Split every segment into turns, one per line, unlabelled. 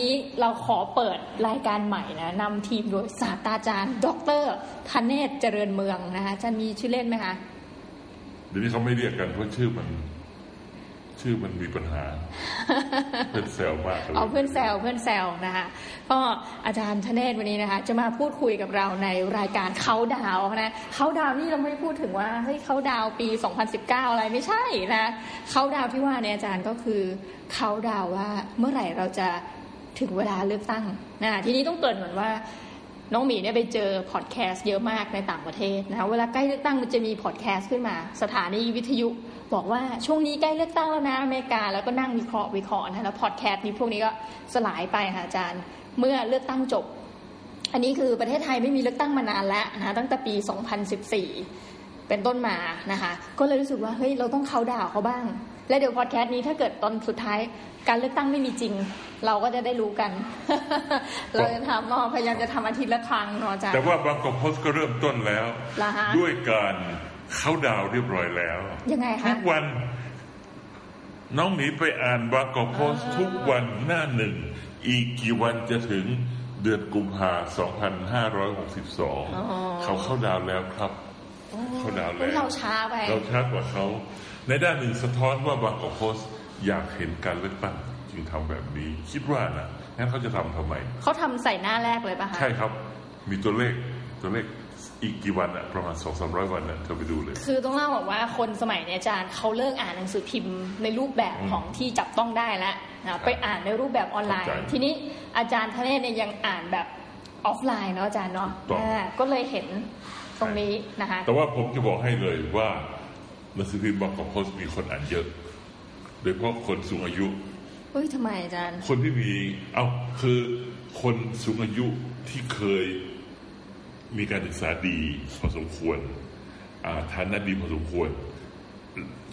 นี้เราขอเปิดรายการใหม่นะนำทีมโดยศาสตราจารย์ ดรธเนศเจริญเมืองนะคะอาจารย์มีชื่อเล่นไหมคะ
เดี๋ยวนี้เขาไม่เรียกกันเพราะชื่อมัน ชื่อมันมีปัญ หา เพื่อนแซวมากเลย
เอาเพื่อนแซวเพื่อนแซวนะคะก็อาจารย์ธเนศวันนี้นะคะจะมาพูดคุยกับเราในรายการเขาดาวนะเขาดาวนี่เราไม่ได้พูดถึงว่าเฮ้ยเขาดาวปี 2019 อะไรไม่ใช่นะเขาดาวที่ว่าเนี่ยอาจารย์ก็คือเขาดาวว่าเมื่อไหร่เราจะถึงเวลาเลือกตั้งนะทีนี้ต้องเกริดก่อนว่า น้องหมีเนี่ยไปเจอพอดแคสต์เยอะมากในต่างประเทศนะคะเวลาใกล้เลือกตั้งมันจะมีพอดแคสต์ขึ้นมา สถานีวิทยุ บอกว่าช่วงนี้ใกล้เลือกตั้งแล้วนะอเมริกาแล้วก็นั่งวิเคราะห์วิเคราะห์นะแล้วพอดแคสต์นี้พวกนี้ก็สลายไปค่ะอาจารย์ เมื่อเลือกตั้งจบ อันนี้คือประเทศไทยไม่มีเลือกตั้งมานานแล้วนะตั้งแต่ปี 2014 เป็นต้นมานะคะก็เลยรู้สึกว่าเฮ้ยเราต้องเขาน์ดาวน์เขาบ้าง และเดี๋ยวพอดแคสต์นี้ถ้าเกิดตอนสุดท้ายการเลือกตั้งไม่มีจริง เราก็จะได้รู้กัน เราจะทำอ๋อพยายามจะทำอาทิตย์ละครั้งเนาะอาจารย์
แต่ว่าบางกอกโพสต์ก็เริ่มต้นแล้ว
ละฮะ
ด้วยการเข้าดาวน์เรียบร้อยแล้ว
ยังไง
ทุ
คะ
กวัน น้องหมีไปอ่านบางกอกโพสต์ทุกวันหน้าหนึ่ง อีกกี่วันจะถึงเดือนกุมภา
อ๋อ
2562 เขาเข้าดาวน์แล้วครับ เข้าดาวน์แล้ว
เราช้าไป
เราช้ากว่าเขา ในด้านหนึ่งสะท้อนว่าบางกอกโพสต์อยากเห็นการเลือกตั้งจึงทำแบบนี้ คิดว่านะงั้นเขาจะทำทำไม
เขาทำใส่หน้าแรกเลยปะคะ
ใช่ครับ มีตัวเลขตัวเลขอีกกี่วันอะประมาณสองสามร้อยวันอะเธอไปดูเลย
คือต้องเล่าบอกว่าคนสมัยเนี้ยอาจารย์เขาเลิกอ่านหนังสือพิมพ์ในรูปแบบของที่จับต้องได้แล้วนะไปอ่านในรูปแบบออนไลน์
เข้าใจ
ทีนี้อาจารย์ทะเลศเนี่ยยังอ่านแบบออฟไลน์เนาะอาจารย์เนาะ
ถูกต้อง
อ่าก็เลยเห็นตรงนี้นะคะ
แต่ว่าผมจะบอกให้เลยว่าหนังสือพิมพ์บางกอกโพสต์มีคนอ่านเยอะ โดยเฉพาะคนสูงอายุ
เฮ้ยทำไมอาจารย์
คนที่มีเอ้าคือคนสูงอายุที่เคยมีการศึกษาดีพอสมควรอ่าฐานะดีพอสมควร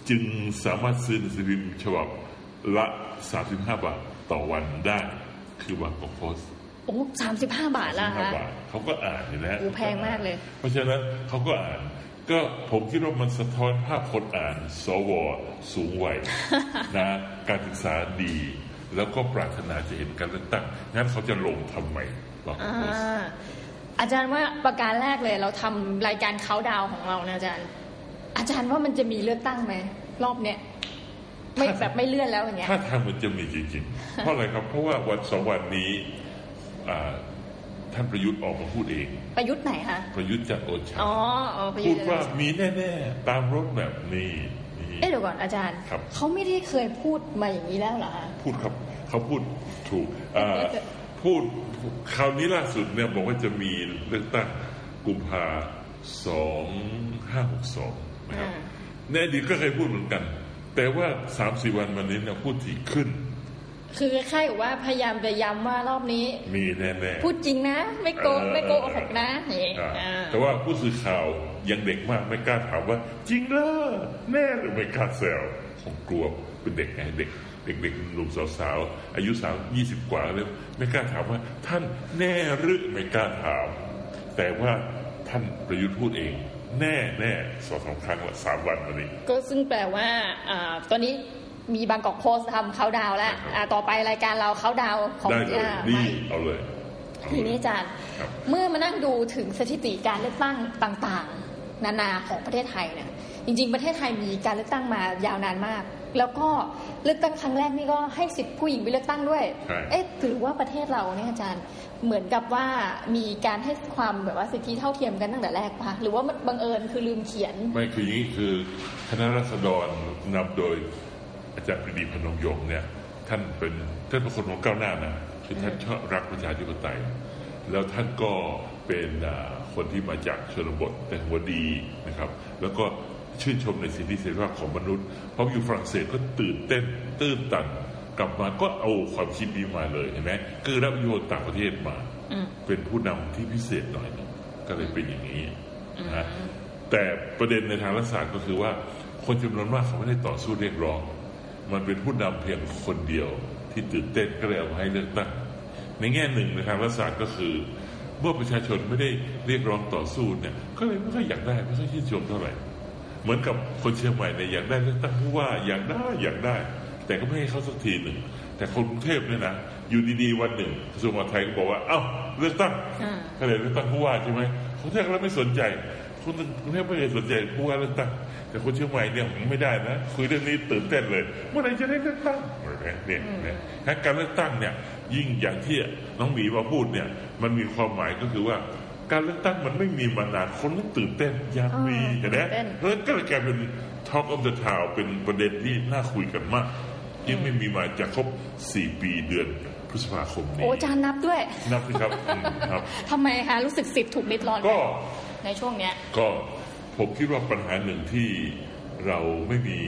จึงสามารถซื้อหนังสือพิมพ์ฉบับละ 35 บาทต่อวันได้ คือบางกอกโพสต์
โอ้สามสิบห้าบาทแล้ว
ห้า
คะ
บาทเขาก็อ่านอยู่แล้ว
อู้แพงมากเลย
เพราะฉะนั้นเขาก็อ่าน ก็ผมคิดว่ามันสะท้อนภาพคนอ่าน สว สูง วัย นะการศึกษาดี แล้วก็ปรารถนาจะเห็นการเลือกตั้งงั้นเขาจะลงทำไมลอง
อ่
ดูสิ
าอาจารย์ว่าประการแรกเลย เราทำรายการเขาดาวของเรานะอาจารย์ อาจารย์ว่ามันจะมีเลือกตั้งไหมรอบเนี้ย ไม่แบบไม่เลื่อนแล้วอย่างเงี้ย
ถ้าทางมันจะมีจริง ๆ เพราะอะไรครับเพราะว่าวันสองวันนี้อ่าท่านประยุทธ์ออกมาพูดเอง
ประยุทธ์ไหนคะ
ประยุทธ์จันทร์โอชา
อ๋ออ๋อประยุ
พู
ท
ด
ธ์
ว่ามีแน่ๆตามรถแบบนี้นี่
เอ๊ะเดี๋ยวก่อนอาจารย์
ครับ
เขาไม่ได้เคยพูดมาอย่างนี้แล้วเหรอคะ
พูดครับเขาพูดถูกเอ่อ
เอ๊ะ
พูดคราวนี้ล่าสุดเนี่ยบอกว่าจะมีเลือกตั้งกุมภาสองห้าหกสองนะครับ
อ่า
ในอดีตก็เคยพูดเหมือนกัน แต่ว่าสามสี่วันมานี้เนี่ยพูดถี่ขึ้น
คือคล้ายๆกับว่าพยายามจะย้ำว่ารอบนี้
มีแน่ๆ
พูดจริงนะ ไม่โกง
เออ
ไม่โกหกนะอย่างงี้
อ่า
อ่า
แต่ว่าผู้สื่อข่าวยังเด็กมากไม่กล้าถามว่า จริงเหรอแน่หรือไม่กล้าแซวคงกลัวเป็นเด็กไงเด็กเด็กเด็กหนุ่มสาวๆอายุสาวยี่สิบกว่าแล้วไม่กล้าถามว่า ท่านแน่หรือไม่กล้าถาม แต่ว่าท่านประยุทธ์พูดเอง แน่แน่สองสามครั้งละสามวันมานี้
ก็ซึ่งแปลว่าอ่าตอนนี้มีบางกอกโพสต์ทำเขาดาวน์แล้ว
ครับ
อ่าต่อไปรายการเราเขาดาวน์ของ
ได้เลย
อ่า
นี่
ไม่
เอาเลยเอาเลย
ทีนี้อาจารย์
ครับ
เมื่อมานั่งดูถึงสถิติการเลือกตั้งต่างๆ นานาของประเทศไทยเนี่ยจริง ๆ ประเทศไทยมีการเลือกตั้งมายาวนานมาก แล้วก็เลือกตั้งครั้งแรกนี่ก็ให้สิทธิ์ผู้หญิงไปเลือกตั้งด้วย
ใช่
เอ๊ะถือว่าประเทศเราเนี่ยอาจารย์เหมือนกับว่ามีการให้ความแบบว่าสิทธิเท่าเทียมกันตั้งแต่แรกปะหรือว่ามันบังเอิญคือลืมเขียน
ไม่คืออย่างนี้คือคณะรัษฎรนำโดยอาจารย์ปรีดีพนมยงค์เนี่ยท่านเป็นท่านเป็นคนของก้าวหน้านะคือท่านชอบรักประชาธิปไตย แล้วท่านก็เป็นอ่าคนที่มาจากชนบทแต่หัวดีนะครับ แล้วก็ชื่นชมในสิทธิเสรีภาพของมนุษย์เพราะอยู่ฝรั่งเศสก็ตื่นเต้นตื้นตันกลับมาก็เอาความคิดนี้มาเลยเห็นไหมคือรับโยชน์ต่างประเทศมา
อืม
เป็นผู้นำที่พิเศษหน่อยหนึงก็เลยเป็นอย่างนี้นะฮะแต่ประเด็นในทางรัฐศาสตร์ก็คือว่า คนจำนวนมากเขาไม่ได้ต่อสู้เรียกร้อง มันเป็นผู้นำเพียงคนเดียว ที่ตื่นเต้นก็เลยเอามาให้เลือกตั้งในแง่หนึ่งในทางรัฐศาสตร์ก็คือ เมื่อประชาชนไม่ได้เรียกร้องต่อสู้เนี่ยก็เลยไม่ค่อยอยากได้ไม่ค่อยชื่นชมเท่าไหร่ เหมือนกับคนเชียงใหม่เนี่ยอยากได้เลือกตั้งผู้ว่าอยากได้อยากได้ แต่ก็ไม่ให้เขาสักทีหนึ่งแต่คนกรุงเทพเนี่ยนะ อยู่ดีๆวันหนึ่งกระทรวงมหาดไทยก็บอกว่า เอ้าเลือกตั้ง
อ่า
ก็เลยเลือกตั้งผู้ว่าใช่ไหมคนเทพแล้วไม่สนใจคนกรุงเทพไม่เคยสนใจผู้ว่าเลือกตั้งแต่คนเชียงใหม่เนี่ยผมไม่ได้นะคุยเรื่องนี้ตื่นเต้นเลยเมื่อไหร่จะได้เลือกตั้งเนี่ยเนี่ยนะการเลือกตั้งเนี่ยยิ่งอย่างที่น้องหมีมาพูดเนี่ยมันมีความหมายก็คือว่า การเลือกตั้งมันไม่มีมานานคนต้องตื่นเต้นอยากมี
อ่า
เห็นไหม
ตื่นเต้น
เพราะฉะนั้นก็เลยกลายเป็น Talk of the Town เป็นประเด็นที่น่าคุยกันมากที่ไม่มีมาจะครบ 4 ปีเดือนพฤษภาคมนี้
โอ้อาจารย์นับด้วย
นับสิครับอืมครับ
ทำไมคะรู้สึกสิบถูกลิดร้อนไหม
ก็
ในช่วงเนี้ย
ก็ผมคิดว่าปัญหาหนึ่งที่เราไม่มี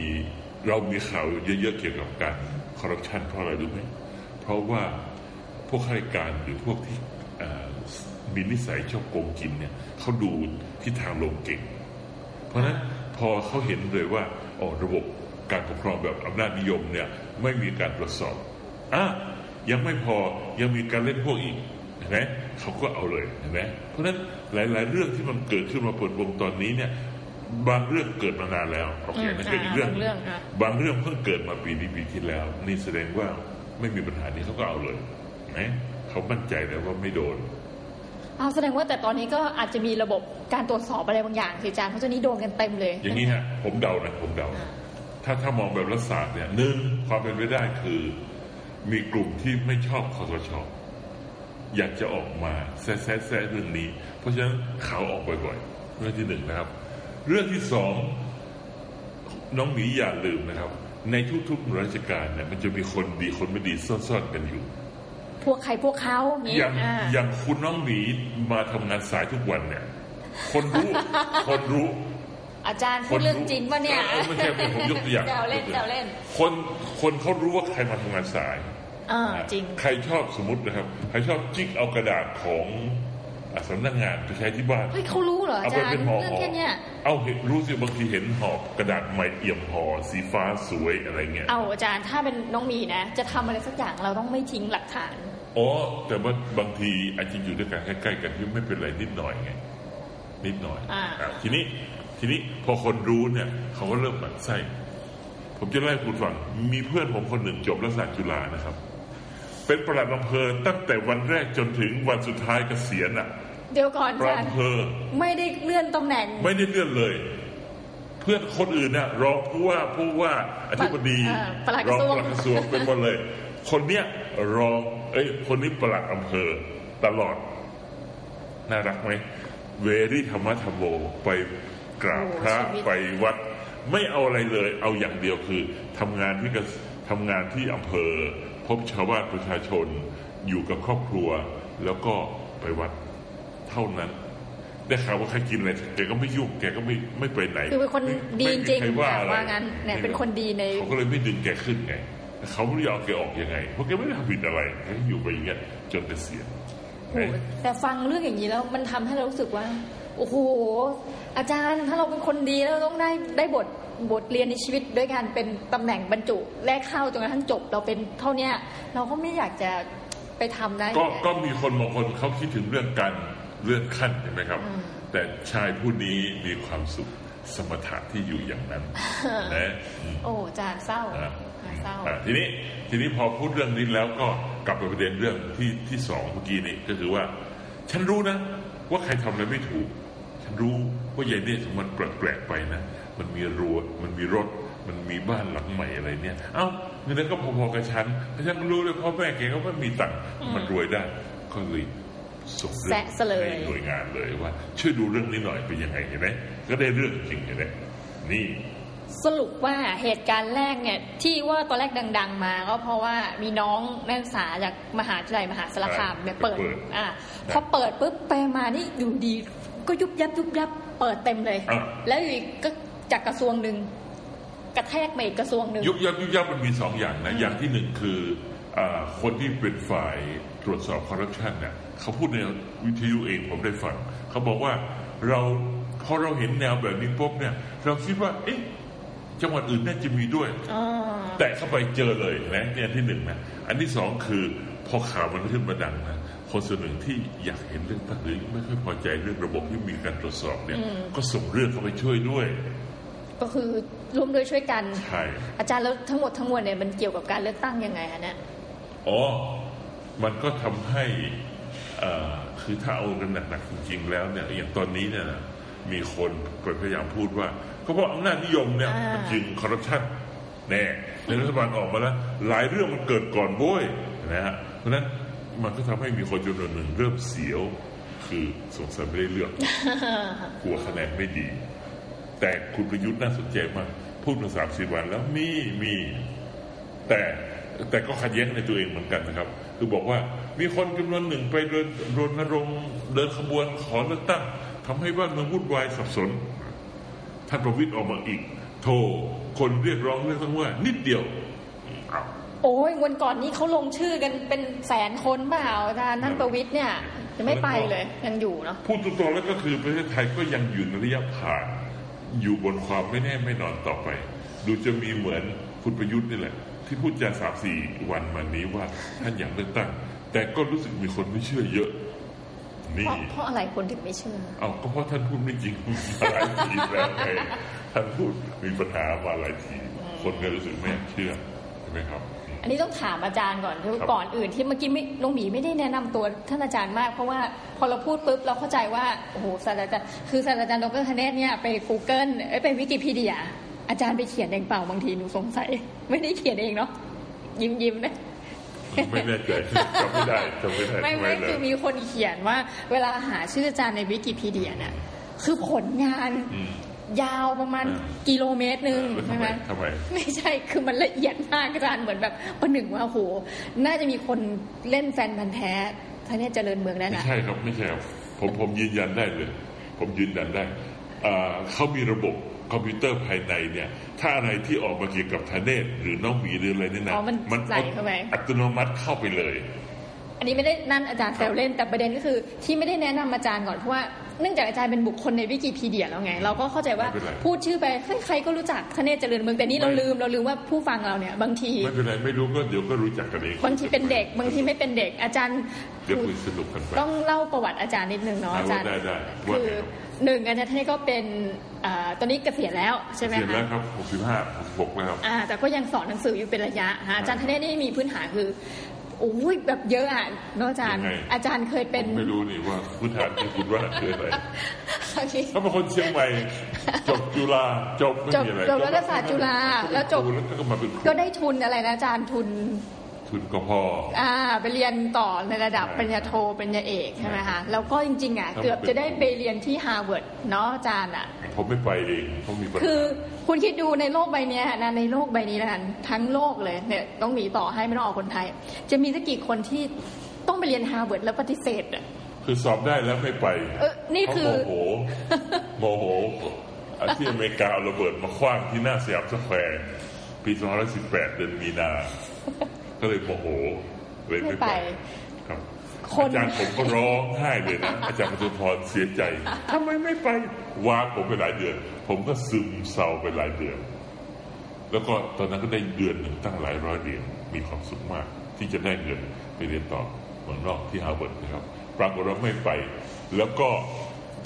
เรามีข่าวเยอะๆเกี่ยวกับการคอร์รัปชันเพราะอะไรรู้ไหมเพราะว่าพวกข้าราชการหรือพวกที่เอ่อมีนิสัยชอบโกงกินเนี่ยเขาดูที่ทางลงเก่ง เพราะฉะนั้นพอเขาเห็นเลยว่าอ๋อระบบการปกครองแบบอำนาจนิยมเนี่ยไม่มีการตรวจสอบอ่ะยังไม่พอยังมีการเล่นพวกอีกเห็นไหมเขาก็เอาเลยเห็นไหมเพราะฉะนั้นหลาย ๆ เรื่องที่มันเกิดขึ้นมาเปิดวงตอนนี้เนี่ยบางเรื่องเกิดมานานแล้วโอเค
อืม
นั่นเป็นอีกเรื่อง
อ่าบางเรื่องอ่ะ
บางเรื่องเพิ่งเกิดมาปีนี้ปีที่แล้ว นี่แสดงว่าไม่มีปัญหานี้เขาก็เอาเลยเห็นไหมเขามั่นใจแล้วว่าไม่โดน
เอาแสดงว่าแต่ตอนนี้ก็อาจจะมีระบบการตรวจสอบอะไรบางอย่างสิอาจารย์เพราะตอนนี้โดนกันเต็มเลย
อย่างนี้ฮะผมเดานะผมเดานะถ้าถ้ามองแบบรัฐศาสตร์เนี่ยหนึ่งความเป็นไปได้คือ มีกลุ่มที่ไม่ชอบคอสชอยากจะออกมาแซะแซะแซะเรื่องนี้ เพราะฉะนั้นข่าวออกบ่อยๆเรื่องที่หนึ่งนะครับ เรื่องที่สอง น้องหมีอย่าลืมนะครับ ในทุกๆหน่วยราชการเนี่ยมันจะมีคนดีคนไม่ดีซ่อนๆกันอยู่
พวกใครพวกเขานี้
อย่าง
อ่า
อย่างคุณน้องหมีมาทำงานสายทุกวันเนี่ย คน รู้ คนรู้
อาจารย์พูดเรื่องจริงปะเนี่ย
ออไม่ใช่ผมยกตัวอย่าง
แซวเล่นแซวเล่น
คนคนเขารู้ว่าใครมาทำงานสาย
อ่า
นะ
จริง
ใครชอบสมมตินะครับ ใครชอบจิกเอากระดาษของอ่ะสำนักงานไปใช้ที่บ้าน
เฮ้ยเขารู้เหรออา
เอาไป
จารย์
เป็นหอ
เรื่องแค่เนี้ย
เอาเห็นรู้สิบางทีเห็นหอบกระดาษใหม่เอี่ยมห่อสีฟ้าสวยอะไรเงี้ย
เอาอาจารย์ถ้าเป็นน้องมีนะ จะทำอะไรสักอย่างเราต้องไม่ทิ้งหลักฐาน
อ๋อแต่ว่าบางทีอาจจะอยู่ด้วยกันใกล้ๆกันที่ไม่เป็นไรนิดหน่อยไงนิดหน่อย
อ่า
ะทีนี้ทีนี้พอคนรู้เนี่ยเขาก็เริ่มหมั่นไส้ ผมจะเล่าให้คุณฟัง มีเพื่อนผมคนหนึ่งจบรัฐศาสตร์จุฬานะครับ เป็นประหลัดอำเภอตั้งแต่วันแรกจนถึงวันสุดท้ายเกษียณอ่ะ
เดี๋ยวก่อน
ป
อา
ระหลั
จารย์
ดอำเภอ
ไม่ได้เลื่อนตำแหน่ง
ไม่ได้เลื่อนเลย เพื่อนคนอื่นน่ะรองผู้ว่าผู้ว่าอธิบดี
เอ่อประหลัดก
รอ
ระทรวง
งประหลัดกระทรวงเป็นหมดเลย คนเนี้ยรองเอ้ยคนนี้ประหลัดอำเภอตลอด น่ารักไหมเวรี่ธรรมะธรรมโมไปกราบพระ
โอ้ชีวิต
ไปวัด ไม่เอาอะไรเลย เอาอย่างเดียวคือทำงานที่กระทำงานที่อำเภอ พบชาวบ้านประชาชน อยู่กับครอบครัว แล้วก็ไปวัดเท่านั้น ได้ข่าวว่าใครกินอะไรแกก็ไม่ยุ่งแกก็ไม่ไม่ไปไหน
คือเป็นคน
ไม่
ดี
ไม่
จ
มี
ริง
ใคว่าอะไร
ว่างั้นเนี่ยเป็นคนดีใน
เขาก็เลยไม่ดึงแกขึ้นไงแต่เขาไม่รู้จะเอาแกออกยังไงเพราะแกไม่ได้ทำผิดอะไรแกก็อยู่ไปอย่างเงี้ยจนเกษียณ
โอ้โหแต่ฟังเรื่องอย่างนี้แล้วมันทำให้เรารู้สึกว่า โอ้โห อาจารย์ถ้าเราเป็นคนดีแล้วเราต้องได้ได้บทบทเรียนในชีวิตด้วยการเป็นตำแหน่งบรรจุแรกเข้าจนกระทั่งจบเราเป็นเท่าเนี้ยเราก็ไม่อยากจะไปทำนะ
ก็ก็มีคนบางคนเขาคิดถึงเรื่องการเลื่อนขั้นใช่ไหมครับ แต่ชายผู้นี้มีความสุขสมถะที่อยู่อย่างนั้น นะอืม
โอ้อาจารย์เศร้า
นะ
เศร้า
อ่ะทีนี้ทีนี้พอพูดเรื่องนี้แล้วก็กลับไปประเด็นเรื่องที่ที่สองเมื่อกี้นี่ก็คือว่า ฉันรู้นะ ว่าใครทำอะไรไม่ถูก ฉันรู้ว่ายายเนี่ยถึงมันแปลกๆไปนะ มันมีรัวมันมีรถ มันมีบ้านหลังใหม่อะไรเนี่ย เอ้าเงินนั้นก็พอๆกับฉันเพราะฉันรู้เลยพ่อแม่แกก็ไม่มีตังค์มันรวยได้ก็เลยส่งเรื่อง
แซะซะเลย
ให้หน่วยงานเลยว่า ช่วยดูเรื่องนี้หน่อยเป็นยังไงเห็นไหมก็ได้เรื่องจริงเห็นไหมนี่
สรุปว่าเหตุการณ์แรกเนี่ยที่ว่าตอนแรกดัง ๆ มา ก็เพราะว่ามีน้องนักศึกษาจากมหาวิทยาลัยมหาสารคามเนี่ยเปิด
เปิด
อ่ะพอเปิดปุ๊บไปมานี่อยู่ดี ก็ยุบยับยุบยับเปิดเต็มเลย
อ่ะ
แล้วอยู่ดีก็จากกระทรวงหนึ่งกระแทกมาอีกกระทรวงหนึ่ง
ยุบยับยุบยับมันมีสองอย่างนะ อย่างที่หนึ่งคืออาคนที่เป็นฝ่ายตรวจสอบคอร์รัปชันเนี่ยเขาพูดในวิทยุเองผมได้ฟัง เขาบอกว่าเราพอเราเห็นแนวแบบนี้ปุ๊บเนี่ย เราคิดว่า เอ๊ะจังหวัดอื่นน่าจะมีด้วย แต่เข้าไปเจอเลยนะเนี่ยที่หนึ่งนะอันที่สองคือพอข่าวมันขึ้นมาดังนะคนส่วนหนึ่งที่อยากเห็นเรื่องตั้งหรือไม่ค่อยพอใจเรื่องระบบที่มีการตรวจสอบเนี่ย
อืม
ก็ส่งเรื่องเข้าไปช่วยด้วย
ก็คือร่วมด้วยช่วยกัน
ใช่
อาจารย์แล้วทั้งหมดทั้งมวลเนี่ยมันเกี่ยวกับการเลือกตั้งยังไงคะเนี่ย
อ๋อ มันก็ทำให้เอ่อคือถ้าเอากันหนักๆจริงๆแล้วเนี่ยอย่างตอนนี้เนี่ยนะมีคนไปพยายามพูดว่าเขาบอกอำนาจนิยมเนี่ย
อ่ามั
มันจึงคอร์รัปชันแน่ในรัฐบาลออกมาแล้ว หลายเรื่องมันเกิดก่อนโว้ยนะฮะเพราะฉะนั้นมันก็ทำให้มีคนจำนวนหนึ่งเริ่มเสียว คือสงสัยไม่ได้เลื อก กลัวคะแนนไม่ดี แต่คุณประยุทธ์น่าสนใจมากพูดมาสามสี่วันแล้วมีมี แต่แต่ก็ขัดแย้งในตัวเองเหมือนกันนะครับ คือบอกว่ามีคนจำนวนหนึ่งไปเดินรณรงค์เดินขบวนขอเลือกตั้งทำให้บ้านเมืองวุ่นวายสับสน ท่านประวิตยออกมาอีก โทรคนเรียกร้องเรื่องทั้งว่า นิดเดียวอ้าว
โอ้ยวันก่อนนี้เขาลงชื่อกันเป็นแสนคนเปล่าอาจารย์ท่านประวิทย์เนี่ยยังไม่ไปเลยยังอยู่เนาะ
พูดตรงๆแล้วก็คือประเทศไทยก็ยังอยู่ในระยะผ่าน อยู่บนความไม่แน่ไม่นอนต่อไป ดูจะมีเหมือนคุณประยุทธ์นี่แหละ ที่พูดจาสามสี่วันมานี้ว่าท่านอยากเลือกตั้ง แต่ก็รู้สึกมีคนไม่เชื่อเยอะ
เพ
นี่
ราะเพราะอะไรคนถึงไม่เชื่อ
เอาก็เพราะท่านพูดไม่จริง มาหลายทีแล้วไงท่านพูดมีปัญหามาหลายที คนก็รู้สึกไม่อยากเชื่อใช่ไหมครับ
อันนี้ต้องถามอาจารย์ก่อนคือ
ครับ
ก่อนอื่นที่เมื่อกี้ไม่น้องหมีไม่ได้แนะนำตัวท่านอาจารย์มาก เพราะว่าพอเราพูดปุ๊บเราเข้าใจว่าโอ้โหศาสตราจารย์คือศาสตราจารย์ดรคเนตเนี่ยไป Google เอ้ยไปวิกิพีเดียอาจารย์ไปเขียนเองเปล่าบางทีหนูสงสัย ไม่ได้เขียนเองเนาะยิ้มยิ้มๆนะ
ไม่แน่ใจจำไม่ได้จำไม่ได้
ไม่
ไม่
ไม่
เล
คื
ย
อมีคนเขียนว่า เวลาหาชื่ออาจารย์ในวิกิพีเดียเนี่ยคือผลงาน
อืม
ยาวประมาณ
อ่า
กิโลเมตรหนึ่ง
แล้ว
ใช่
ทำ
ไห
ไม
ม
ทำไม
ไม่ใช่ คือมันละเอียดมากอาจารย์เหมือนแบบประหนึ่งว่าโอ้โห น่าจะมีคนเล่นแฟนพันธ์แท้ท่านเนี่ยเจริญเมืองแน่
ไม่
นะ
ใช่ครับไม่ใช่ครับผมผมยืนยันได้เลย ผมยืนยันได้อ่าเขามีระบบคอมพิวเตอร์ภายในเนี่ย ถ้าอะไรที่ออกมาเกี่ยวกับทาเนศหรือน้องหมีหรืออะไรเนี่ยนะ
อ๋อมันใส่เข้าไป
อัตโนมัติเข้าไปเลย
อันนี้ไม่ได้นั่นอาจารย์แซวเล่น แต่ประเด็นก็คือที่ไม่ได้แนะนำอาจารย์ก่อน เพราะว่าเนื่องจากอาจารย์เป็นบุคคลในวิกิพีเดียแล้วไง เราก็เข้าใจว่าพูดชื่อไปเฮ้ยใครก็รู้จักท่านเนี่ยเจริญเมืองแต่นี่เราลืมเราลืมว่าผู้ฟังเราเนี่ยบางที
ไม่เป็นไรไม่รู้ก็เดี๋ยวก็รู้จักกันเอง
บางทีเป็นเด็กบางทีไม่เป็นเด็กอาจารย์
เดี๋ยวคุยสนุกกันไป
ต้องเล่าประวัติอาจารย์นิดนึงเนาะ
ได้
อาจารย์
ได้ได้ว่า
คือ
ไงครับ
หนึ่งอาจารย์ท่านก็เป็นอ่าตอนนี้เกษียณแล้วใช่ไหม
เสร็จ
คะ
แล้วครับ65 66แล้วครับ
อ่าแต่ก็ยังสอนหนังสืออยู่เป็นระยะฮะอาจารย์ทเนศนี่มีพื้นฐานคือโอ้ยแบบเยอะอ่ะเนอะอาจารย์
ยังไง
อาจารย์เคยเป็น
ผมไม่รู้นี่ว่าพื้นฐานที่คุณว่าคืออะไร
โอเค
เขาเป็นคนเชียง ใหม่จบจุฬาจบไม่มีอะไร
จบจบรัฐศาสตร์จุฬาแล้วจบ
แล้วก็มาเป็นครู
ก็ได้ทุนอะไรนะอาจารย์ทุน
ทุนกพอ
อ่าไปเรียนต่อในระดับ
ใช่
ปริญญาโทปริญญาเอกใช่ไหม
ใช่
คะแล้วก็จริงๆอ่ะ
ครับ
เกือบจะได้ไปเรียนที่ฮาร์วาร์ดเนาะอาจารย์อ่ะ
ผมไม่ไปเองเขาะมีปัญหา
คือคุณคิดดูในโลกใบเนี้ยนะในโลกใบนี้แล้วกันทั้งโลกเลยเนี่ยต้องหนีต่อให้ไม่ต้องเออกคนไทย จะมีสักกี่คนที่ต้องไปเรียนฮาร์วาร์ดแล้วปฏิเสธอ่ะ
คือสอบได้แล้วไม่ไป
เออนี่คือ
เขา โมโห โมโหอาที่อเมริกาเอาระเบิดมาคว้างที่หน้าสยามสแควร์ปี 2018 เดือนมีนา ก็เลยโมโหเลยไม่
ไม่
ไป
ไป
ครับ
คน
อาจารย์ผมก็ร้องไห้เลย นะ อาจารย์ประทุมพรเสียใจทำไมไม่ไปวางผมไปหลายเดือน ผมก็ซึมเศร้าไปหลายเดือน แล้วก็ตอนนั้นก็ได้เดือนหนึ่งตั้งหลายร้อยเหรียญมีความสุขมาก ที่จะได้เงินไปเรียนต่อเมืองนอกที่ฮาร์วาร์ดนะครับ ปรากฏว่าไม่ไป แล้วก็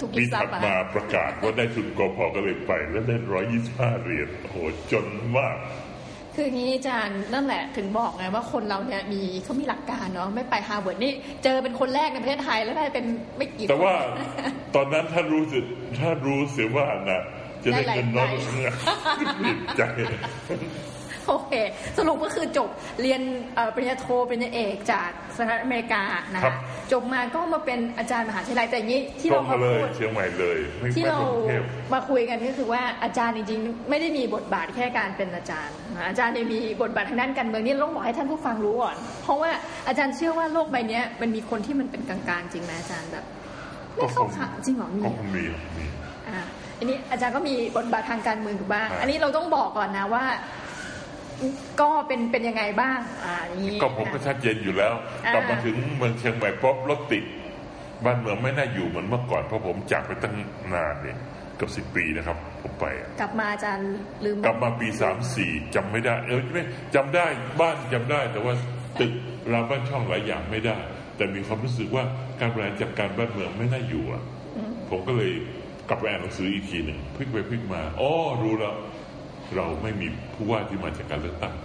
ถูกยึ
ปี
ดทรัพย์
ถัด
อะ
มาประกาศว่าได้ทุนกพก็เลยไป แล้วได้ร้อยยี่สิบห้าเหรียญโอ้โหจนมาก
คืออย่างนี้อาจารย์นั่นแหละถึงบอกไงว่าคนเราเนี่ยมีเขามีหลักการเนาะไม่ไปฮาร์วาร์ดนี่เจอเป็นคนแรกในประเทศไทยแล้วได้เป็นไม่กี่คน
แต่ ว่าตอนนั้นถ้ารู้สึกถ้ารู้เสียว่านะจะได้เงินน้อย
ได้หลายใบ
ผิดใจ
โอเค สรุปก็คือจบเรียนเอ่อปริญญาโทปริญญาเอกจากสหรัฐอเมริกานะครับ จบมาก็มาเป็นอาจารย์มหาวิทยาลัยแต่อย่างนี้ที่
ตร
เรา
ง
มา
มาเลย
พูด
เชียงใหม่เลย ไม่
ที่
ไป
เรา
กรุงเทพ
มาคุยกันก็คือว่าอาจารย์จริงๆ ไม่ได้มีบทบาทแค่การเป็นอาจารย์นะอาจารย์เนี่ยมีบทบาททางด้านการเมืองนี่ต้องบอกให้ท่านผู้ฟังรู้ก่อน เพราะว่าอาจารย์เชื่อว่าโลกใบเนี้ยมันมีคนที่มันเป็นกลางๆจริงไหมอาจารย์แบบไม่เข้า
ก็คง
ขางจริงเหรอมี
ก็คงมีมี
อ่ะอันนี้อาจารย์ก็มีบทบาททางการเมืองถูกบ้าง
ครับ
อันนี้เราต้องบอกก่อนนะว่า ก็เป็นเป็นยังไงบ้างอ่านี้
ก็ผมก็ชัดเจนอยู่แล้ว
อ่าก
ลับมาถึงเมืองเชียงใหม่ป๊บรถติด บ้านเมืองไม่น่าอยู่เหมือนเมื่อก่อนเพราะผมจากไปตั้งนานเนี่ยเกับสิบ10 ปีนะครับ ผมไปอะ
กลับมาอาจารย์ลืม
กลับมาปีสามสี่จำไม่ได้ เออไม่จำได้บ้านจำได้ แต่ว่าตึกรามบ้านช่องหลายอย่างไม่ได้ แต่มีความรู้สึกว่าการบริหารจัดการบ้านเมืองไม่น่าอยู่อ่ะผมก็เลยกลับไปอ่านหนังสืออีกทีหนึ่งพลิกไปพลิกมาอ๋อรู้แล้ว เราไม่มีผู้ว่าที่มาจากการเลือกตั้ง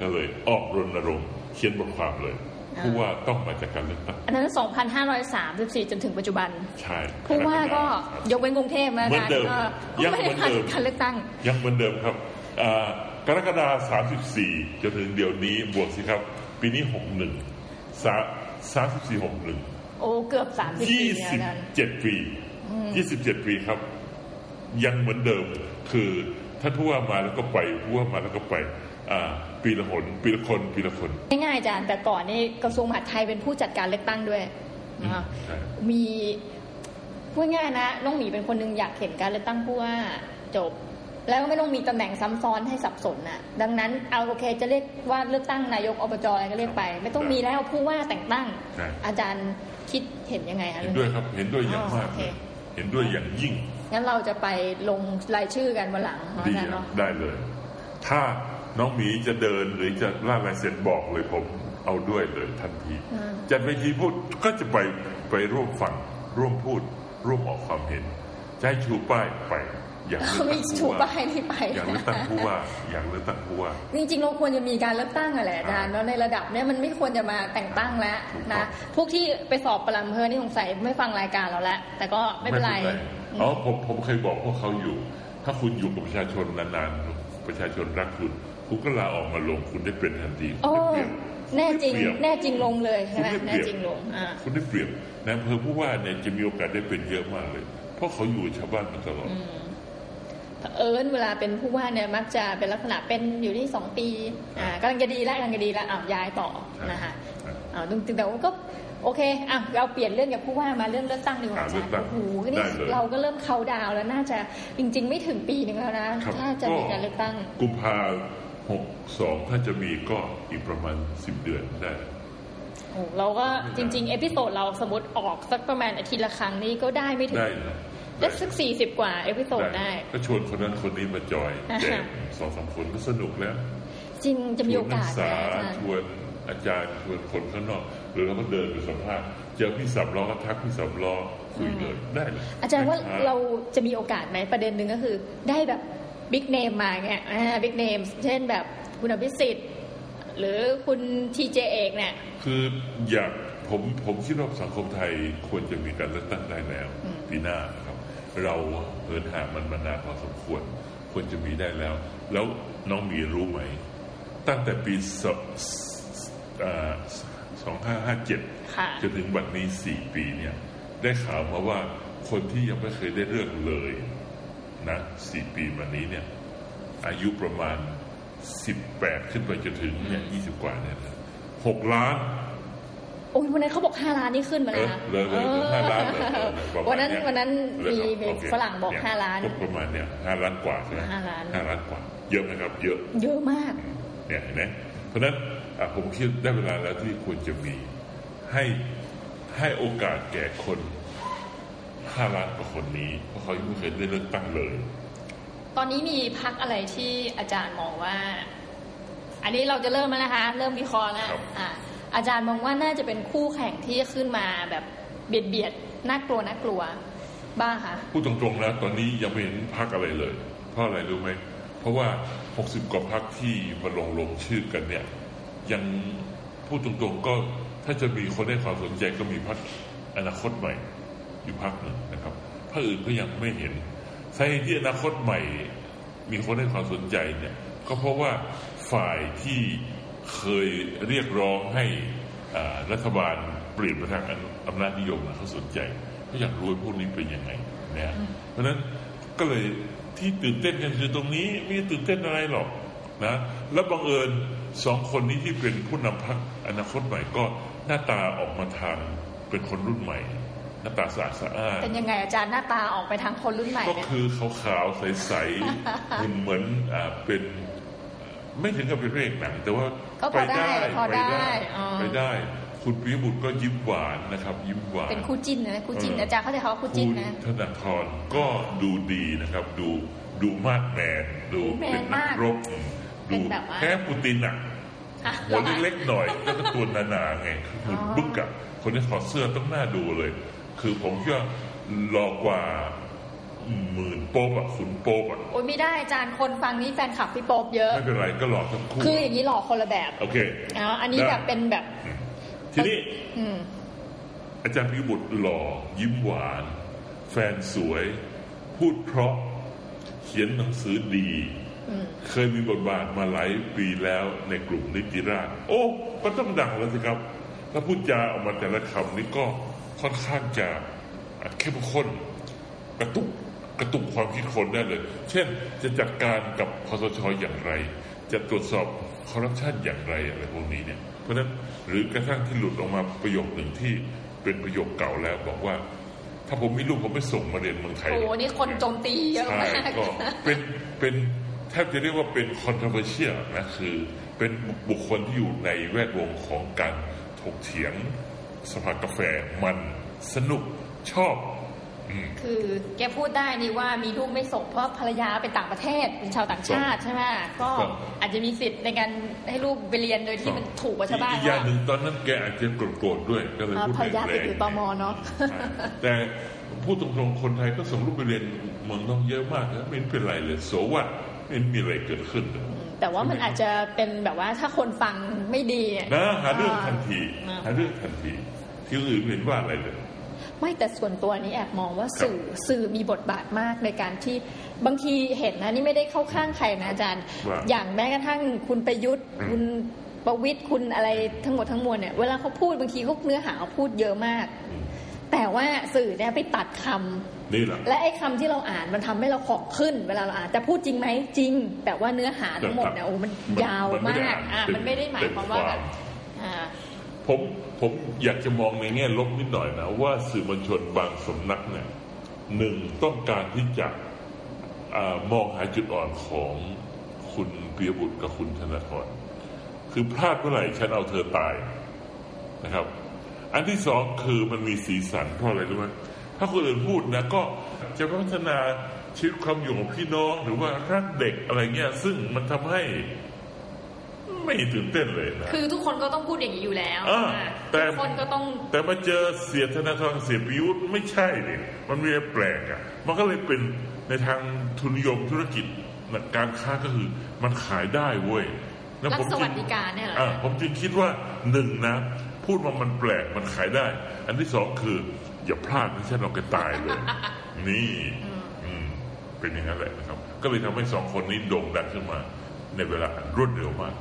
ก็เลยออกรณรงค์เขียนบทความเลย ผู้ว่าต้องมาจากการเลือกตั้ง
อันนั้น 2,534 จนถึงปัจจุบัน
ใช่
ผู้ว่าก็ยกเว้นกรุงเทพนะ
เหมือน
อาจาร
เดิม
ย์ก็ก็
ยัง
ไม่
เห
ได้
มือน
ผ่าน
เดิม
การเลือกตั้ง
ยังเหมือนเดิมครับอ่ากรกฎาคม34จนถึงเดี๋ยวนี้บวกสิครับ ปีนี้ 61สาม34 61
โอ้เกือบ 30ปีแล้วนั้น
27 ปี 27 ปีครับ ยังเหมือนเดิมคือท่านผู้ว่ามาแล้วก็ไปผู้ว่ามาแล้วก็ไปอ่าปีละหนปีละคนปีละคน
ง่ายๆอาจารย์แต่ก่อนนี่กระทรวงมหาดไทยเป็นผู้จัดการเลือกตั้งด้วยนะคะ
ใช่
มีพูดง่ายนะน้องหมีเป็นคนหนึงอยากเห็นการเลือกตั้งผู้ว่าจบ แล้วก็ไม่ต้องมีตำแหน่งซ้ำซ้อนให้สับสนน่ะ ดังนั้นเอาโอเคจะเรียกว่าเลือกตั้งนายกอบจอะไรก็เรียกไป ไม่ต้องมีแล้วผู้ว่าแต่งตั้ง
ใช่
อาจารย์คิดเห็นยังไงคะ
เห็น
เรื่อง
ด้ว
นี้
ยครับ เห็นด้วยอย่างมาก
อ๋อโอเค
เลยเห็นด้วยอย่างยิ่ง
งั้นเราจะไปลงรายชื่อกันวันหลังเนาะ
ดี
อาจารย์
นะ
เนาะ
ได้เลย ถ้าน้องหมีจะเดินหรือจะล่าลายเซ็นบอกเลยผมเอาด้วยเลยทันที
อืม
จัดเวทีพูดก็จะไปไปร่วมฟังร่วมพูด ร่วมออกความเห็นจะให้ชูป้ายไป อย่างเลือก
มี
ตั้ง
ถู
ผู้
ก
ว่า
ป้ายที่ไป
อย่างเลือกตั้งผู้ว่าอย่างเลือกตั้งผู้ว่า
จริงๆเราควรจะมีการเลือกตั้งอะแหละอาจารย์แล้
อ่า
วในระดับเนี้ยมันไม่ควรจะมาแต่งตั้งแล้ว
ถูกต้อ
นะ
ง
พวกที่ไปสอบประลำเพอนี่สงสัยไม่ฟังรายการเราแล้วแต่ก็ไม่เป็นไร
อ๋อผมผมเคยบอกพวกเขาอยู่ ถ้าคุณอยู่กับประชาชนนานๆ ประชาชนรักคุณ คุณก็ลาออกมาลงคุณได้เป็นทันที
โอ้
คุณได้
แน่จ
เปรียบ
ริง
เปรียบ
แน่จริงลงเลยใช่ไหม
เปรียบ
แน่จริงลงอ่า
คุณได้เปรียบนายอำเภอผู้ว่าเนี่ยจะมีโอกาสได้เป็นเยอะมากเลย เพราะเขาอยู่กับชาวบ้านมาตลอด
เผอิญเวลาเป็นผู้ว่าเนี่ยมักจะเป็นลักษณะเป็นอยู่ที่สองปีอ่ากำลังจะดีแล้วกำลังจะดีแล้วอ้าวย้ายต่อนะคะ
ใช่
อ้าวจริงๆแต่ว่าก็โอเคอ่ะเราเปลี่ยนเรื่องจากผู้ว่ามาเรื่องเลือกตั้งดีกว่า
อ่า
อา
เลื
จารย์
อกตั้ง
โอ้โหนี่
ได้เลย
เราก็เริ่มเขาน์ดาวน์แล้วน่าจะจริง ๆ ไม่ถึงปีหนึงแล้วนะ
ครับ
ถ้าจะมีการเลือกตั้ง
กุมภาหกสองถ้าจะมีก็อีกประมาณสิบเดือนได้
โอ้เราก็จริง ๆ เอพิโซดเราสมมติออกสักประมาณอาทิตย์ละครั้งนี่ก็ได้ไม่ถึง
ได้นะ
ได้สักสี่สิบกว่าเอพิโซดได้
ก็ชวนคนนั้นคนนี้มาจอย
อ่าฮะ
แจกสองสามคนก็สนุกแล้ว
จริงจะมีโอ
ชวนนั
กาส
ศึ
ไหม
ษา
อาจารย์
ชวนอาจารย์ชวนคนข้างนอก หรือเราก็เดินไปสัมภาษณ์เจอพี่สับล้อก็ทักพี่สับล้อคุยเลยได้เลย
อาจารย์ว่า
นะคบ
เราจะมีโอกาสไหมประเด็นหนึ่งก็คือ ได้แบบบิ๊กเนมมาเงี้ยบิ๊กเนมเช่นแบบคุณอภิสิทธิ์หรือคุณทีเจเอกเนี่ย
คืออยากผมผมคิดว่าสังคมไทยควรจะมีการเลือกตั้งได้แล้ว ปีหน้านะครับ เราเหินห่างมันมานานพอสมควร ควรจะมีได้แล้ว แล้วน้องหมีรู้ไหม ตั้งแต่ปีสองสองห้าห้าเจ็ด
ค่ะ
จนถึงบัดนี้สี่ปีเนี่ยได้ข่าวมาว่าคนที่ยังไม่เคยได้เลือกเลยนะสี่ปีมานี้เนี่ยอายุประมาณสิบแปดขึ้นไปจนถึงเนี่ยยี่สิบกว่าเนี่ยนะหกล้าน
โอ้ยวันนั้นเขาบอกห้าล้านนี่ขึ้นมาแล้วนะ
เออเลยเลย5ล้านเลยเลยประมาณ
วันนั้น
เย
วันนั้น
เลย
มี
ค
มี
รับโอเค
ฝรั่งบอก
เย
ห้าล้าน
ก็ประมาณเนี่ยห้าล้านกว่าใช่ไหม
ห้าล้าน
ห้าล้านกว่า เยอะไหมครับ เยอะ
เยอะมาก
เนี่ยเห็นไหมเพราะฉะนั้นอ่ะผมคิดได้เวลาแล้วที่ควรจะมีให้ให้โอกาสแก่คนห้าล้านกว่าคนนี้ เพราะเขายังไม่เคยได้เลือกตั้งเลย
ตอนนี้มีพักอะไรที่อาจารย์มองว่า อันนี้เราจะเริ่มแล้วนะคะ เริ่มวิเคราะห์แล้ว
ครับ
อ่ะอาจารย์มองว่าน่าจะเป็นคู่แข่งที่ขึ้นมาแบบเบียดเบียดน่ากลัวน่ากลัว บ้างค่ะ
พูดตรงๆแล้วตอนนี้ยังไม่เห็นพักอะไรเลย เพราะอะไรรู้ไหม เพราะว่า 60 กว่าพักที่มาลงลงชื่อกันเนี่ย ยังพูดตรงๆก็ถ้าจะมีคนให้ความสนใจก็มีพักอนาคตใหม่ อยู่พักหนึ่งนะครับพักอื่นก็ยังไม่เห็นสาเหตุที่อนาคตใหม่ มีคนให้ความสนใจเนี่ย ก็เพราะว่าฝ่ายที่เคยเรียกร้องให้อ่ารัฐบาลเปลี่ยนไปทางอำนาจนิยมนะเขาสนใจเขาอยากรู้ว่าพวกนี้เป็นยังไงนะฮะเพราะฉะนั้นก็เลยที่ตื่นเต้นกันคือตรงนี้ไม่ได้ตื่นเต้นอะไรหรอกนะแล้วบังเอิญสองคนนี้ที่เป็นผู้นำพรรคอนาคตใหม่ก็หน้าตาออกมาทางเป็นคนรุ่นใหม่ หน้าตาสะอาดสะอาด
เป็นยังไงอาจารย์หน้าตาออกไปทางคนรุ่นใหม่
ก็
เนี่ย
คือขาวๆใสๆ หุ่นเหมือนอ่าเป็นไม่ถึงกับเป็นพระเอกหนัง แต่ว่า
ก็พอได้พอ
ไป
ได้
ได้
อ๋อ
ไปได้ คุณปิยบุตรก็ยิ้มหวานนะครับ ยิ้มหวาน
เป็นคู่จิ้นนะคู่จิ้น
เอออ
อาจารย์เข้าใจเขาว่าคู่
คุ
จิ้น
ณ
นะ
ธนาธรก็ดูดีนะครับ ดูดูมาดแมนดู
แมน
เป็นนัก
มาก
รบ
เป็
ดู
นแบบว่า
แพ้ปูติน อ่ะ
อ่ะ
หัวเล็กๆหน่ อยแล้วก็ตัวหนาๆไงคืออบึ้งกับคนที่ถอดเสื้อต้องหน้าดูเลย คือผมคิดว่าหลอกกว่าหมื่นโป๊บอะขุนโป๊บอะ
โอ้ยไม่ได้อาจารย์คนฟังนี่แฟนคลับพี่โป๊ปเยอะ
ไม่เป็นไรก็หลอกทั้งคู่
คืออย่างนี้หลอกคนละแบบ
โอเค
อ๋ออันนี้แบบ
ได้
เป็นแบบ
ทีนี้
อืม
อาจารย์พิบุตรหล่อ ยิ้มหวาน แฟนสวย พูดเพราะเขียนหนังสือดี
อืม
เคยมีบทบาทมาหลายปีแล้วในกลุ่มนิติราชโอ้ก็ต้องดังแล้วสิครับ แล้วพูดจาออกมาแต่ละคำนี่ก็ค่อนข้างจะเข้มข้นกระตุกกระตุกความคิดคนได้เลย เช่นจะจัดการกับพสชอย่างไร จะตรวจสอบคอร์รัปชันอย่างไรอะไรพวกนี้เนี่ย เพราะฉะนั้นหรือกระทั่งที่หลุดออกมาประโยคหนึ่งที่เป็นประโยคเก่าแล้วบอกว่า ถ้าผมมีลูกผมไม่ส่งมาเรียนเมืองไทยหร
โอ้
ก
โหนี่คนโจมตีเยอะ
ใช่
มาก
ก็เป็นเป็นแทบจะเรียกว่าเป็น controversial นะคือเป็นบุคคลที่อยู่ในแวดวงของการถกเถียงสภากาแฟมันสนุกชอบอืม
คือแกพูดได้นี่ว่ามีลูกไม่ส่งเพราะภรรยาเป็นต่างประเทศเป็นชาวต่างชาติใช่ไหมก็
ครับ
อาจจะมีสิทธิ์ในการให้ลูกไปเรียนโดยที่มันถูกกว่าชาวบ้าน
อีกอย่างหนึ่งตอนนั้นแกอาจจะโกรธๆด้วยก็เลย
อ่า
พูด
ภรรยา
แร
ติด
ง
อยู่
ๆ
ตมเนาะ
ใช่แต่พูดตรงๆ คนไทยก็ส่งลูกไปเรียนเมืองนอกเยอะมากนะไม่เป็นไรเลยโสวัสดไม่มีอะไรเกิดขึ้นเลย
แต่ว่ามันอาจจะเป็นแบบว่าถ้าคนฟังไม่ดีอะ
นะหาเรื่องทันที
อ่า
หาเรื่องทันที ที่อื่นไม่เห็นว่าอะไรเลย
ไม่แต่ส่วนตัวนี้แอบมองว่าสื่อสื่อมีบทบาทมากในการที่บางทีเห็นนะนี่ไม่ได้เข้าข้างใครนะอาจารย์
ว่า
อย่างแม้กระทั่งคุณประยุทธ์
อืม
คุณประวิทย์คุณอะไรทั้งหมดทั้งมวลเนี่ยเวลาเขาพูดบางทีเขาเนื้อหาเขาพูดเยอะมาก
อืม
แต่ว่าสื่อเนี่ยไปตัดคำ
นี่แหละ
และไอ้คำที่เราอ่านมันทำให้เราของขึ้น เวลาเราอ่านแต่พูดจริงไหมจริง แต่ว่าเนื้อหาทั้งหมดเนี่ยโอ้โหมันยาว
มันไม่ได้
มาก
อ่าน
อ่ะมันไม่ได้หมายความว่าแบบ
เต็มความ
อ่า
ผมผมอยากจะมองในแง่ลบนิดหน่อยนะ ว่าสื่อมวลชนบางสำนักเนี่ยหนึ่งต้องการที่จะอามองหาจุดอ่อนของคุณปียบุตรกับคุณธนาธรคือพลาดเมื่อไหร่ฉันเอาเธอตายนะครับ อันที่สองคือมันมีสีสันเพราะอะไรรู้ไหมถ้าคนอื่นพูดนะก็จะพัฒนาชีวิตความอยู่ของพี่น้องหรือว่ารักเด็กอะไรเงี้ย ซึ่งมันทำให้ไม่ตื่นเต้นเลยนะ
คือทุกคนก็ต้องพูดอย่างนี้อยู่แล้ว
อ่า
อ่ะ
แต่
ทุกคนก็ต้อง
แต่มาเจอเสียธนาธรเสียประยุทธ์ไม่ใช่เลยมันมีอะไรแปลกอะ่ะ มันก็เลยเป็นในทางทุนนิยมธุรกิจนะการค้าก็คือมันขายได้เว้ย
รัฐสวัสดิ
ง
การเนี่ยเหรอ
อ่าผมจึงคิดว่าหนึ่งนะ พูดว่ามันแปลกมันขายได้ อันที่สองคือ อย่าพลาดไม่ใช่เราแกตายเลย นี่ อืมเป็นอย่างนั้นแหละนะครับ ก็เลยทำให้สองคนนี้โด่งดังขึ้นมา ในเวลาอันรวดเร็วมาก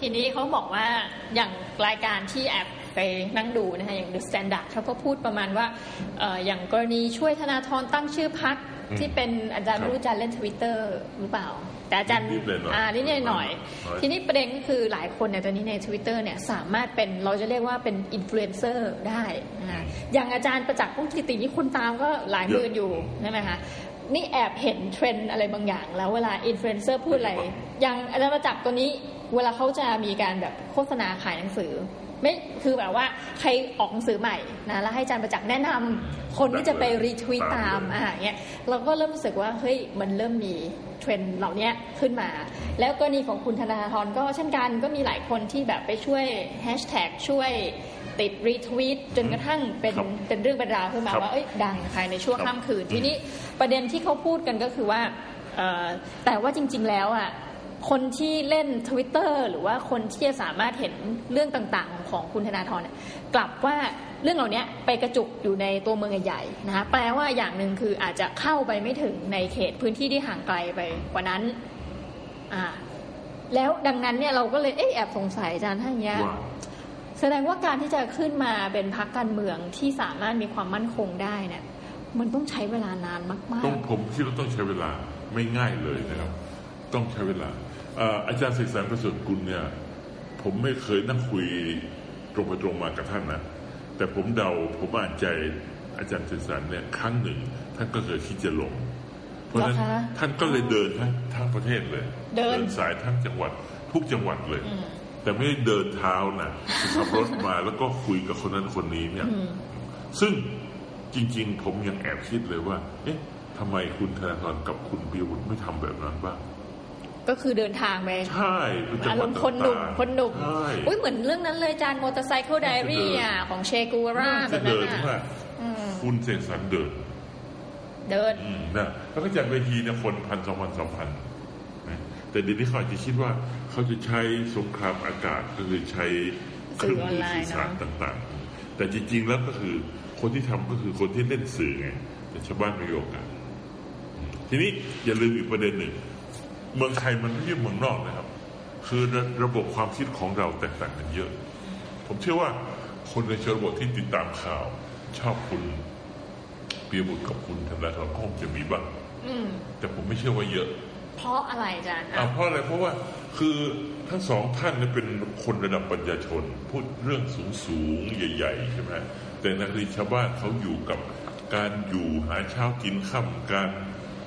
ทีนี้เขาบอกว่าอย่างรายการที่แอบไปนั่งดูนะคะอย่าง The Standard เขาก็พูดประมาณว่าเอ่ออย่างกรณีช่วยธนาธรตั้งชื่อพัก
อืม
ที่เป็นอาจารย์
ครับ
ไม่รู้อาจารย์เล่นทวิตเตอร์หรือเปล่า แต่อาจารย์
นิดๆหน่อยๆ
อ่านิดๆหน่อย
น้อย
ๆทีนี้ประเด็นก็คือหลายคนเนี่ยตอนนี้ในทวิตเตอร์เนี่ยสามารถเป็นเราจะเรียกว่าเป็นอินฟลูเอนเซอร์ได้นะคะอย่างอาจารย์ประจักษ์พงษ์กิตินี่คนตามก็หลายหมื่นอยู่ใช่ไหมคะนี่แอบเห็นเทรนด์อะไรบางอย่าง แล้วเวลาอินฟลูเอนเซอร์พูดอะไร อย่างอาจารย์ประจักษ์ตัวนี้เวลาเขาจะมีการแบบโฆษณาขายหนังสือ ไม่คือแบบว่าใครออกหนังสือใหม่นะแล้วให้อาจารย์ประจักษ์แนะนำคนที่จะไปรีทวีตตามอ่าอย่างเงี้ยเราก็เริ่มรู้สึกว่าเฮ้ยมันเริ่มมีเทรนด์เหล่านี้ขึ้นมา แล้วกรณีของคุณธนาธรก็เช่นกันก็มีหลายคนที่แบบไปช่วยแฮชแท็กช่วยติดรีทวีตจนกระทั่งเป็น
ครับ
เป็นเรื่องเป็นราวขึ้นมา
ครับ
ว่าเอ้ยดังภายในชั่วข้ามคืน
อืม
ทีนี้ประเด็นที่เขาพูดกันก็คือว่าเอ่อแต่ว่าจริง ๆ แล้วอ่ะคนที่เล่น Twitter หรือว่าคนที่จะสามารถเห็นเรื่องต่างๆ ของคุณธนาธรเนี่ยกลับว่าเรื่องเหล่านี้ไปกระจุกอยู่ในตัวเมืองใหญ่ๆนะคะแปลว่าอย่างหนึ่งคืออาจจะเข้าไปไม่ถึงในเขตพื้นที่ที่ห่างไกลไปกว่านั้นอ่าแล้วดังนั้นเนี่ยเราก็เลยเอ๊ะแอบสงสัยอาจารย์ท่านเนี้ย
ว่า
แสดงว่าการที่จะขึ้นมาเป็นพรรคการเมืองที่สามารถมีความมั่นคงได้เนี่ยมันต้องใช้เวลานานมาก
ต้องผมคิดว่าต้องใช้เวลาไม่ง่ายเลยนะครับ ต้องใช้เวลาเอ่ออาจารย์ศึกษาประเสริฐกุลเนี่ย ผมไม่เคยนั่งคุยตรงไปตรงมากับท่านนะแต่ผมเดาผมอ่านใจอาจารย์ศึกษาเนี่ยครั้งหนึ่ง ท่านก็เคยคิดจะลง เพราะฉะนั้นท่านก็เลยเดินทั้งทั้งประเทศเลย สายทั้งจังหวัดทุกจังหวัดเลย แต่ไม่ได้เดินเท้านะขับรถมาแล้วก็คุยกับคนนั้นคนนี้เนี่ย ซึ่งจริง ๆ ผมยังแอบคิดเลยว่า เอ๊ะทำไมคุณธนาธรกับคุณปิยบุตรไม่ทำแบบนั้นบ้าง
ๆ ก็คือเดินทางไป
ใช่ไปจัง
อาร
วัด
มณ์คน
ต่างๆ
หนุ่มคนหนุ่ม
ใช่
อุ้ยเหมือนเรื่องนั้นเลยจานมอเตอร์ไซค์ไดรี่อ่ะของเชกูวาร่าแบบ
จะ
นั้
เดิ
น
น
อะ
ว่า
อืม
คุณเสกสรรเดิน
เดิน
อืมนะแล้วก็จัดเวทีเนี่ยคนพันสองพันสองพันแต่เดี๋ยวนี้เขาอาจจะคิดว่าเขาจะใช้สงครามอากาศก็คือใช้
สื่อออนไลน์
เครื่งมืสื่อสาร
เนาะ
ต่างๆ แต่จริงๆแล้วก็คือคนที่ทำก็คือคนที่เล่นสื่อไงแต่ชาวบ้านไม่โยกกันทีนี้อย่าลืมอีกประเด็นหนึ่ง เมืองไทยมันไม่ใช่เมืองนอกนะครับ คือระระบบความคิดของเราแตกต่างกันเยอะ ผมเชื่อว่าคนในชนบทที่ติดตามข่าว ชอบคุณเปียบุตรกับคุณธนาธรคงจะมีบ้าง
อืม
แต่ผมไม่เชื่อว่าเยอะ
เพราะอะไรอาจารย์
อ่ะ
อ่ะ
เพราะอะไรเพราะว่าคือทั้งสองท่านเนี่ยเป็นคนระดับปัญญาชน พูดเรื่องสูงสูงๆใหญ่ ๆ ใช่ไหมแต่นักเรียนชาวบ้านเขาอยู่กับการอยู่หาเช้ากินค่ำการ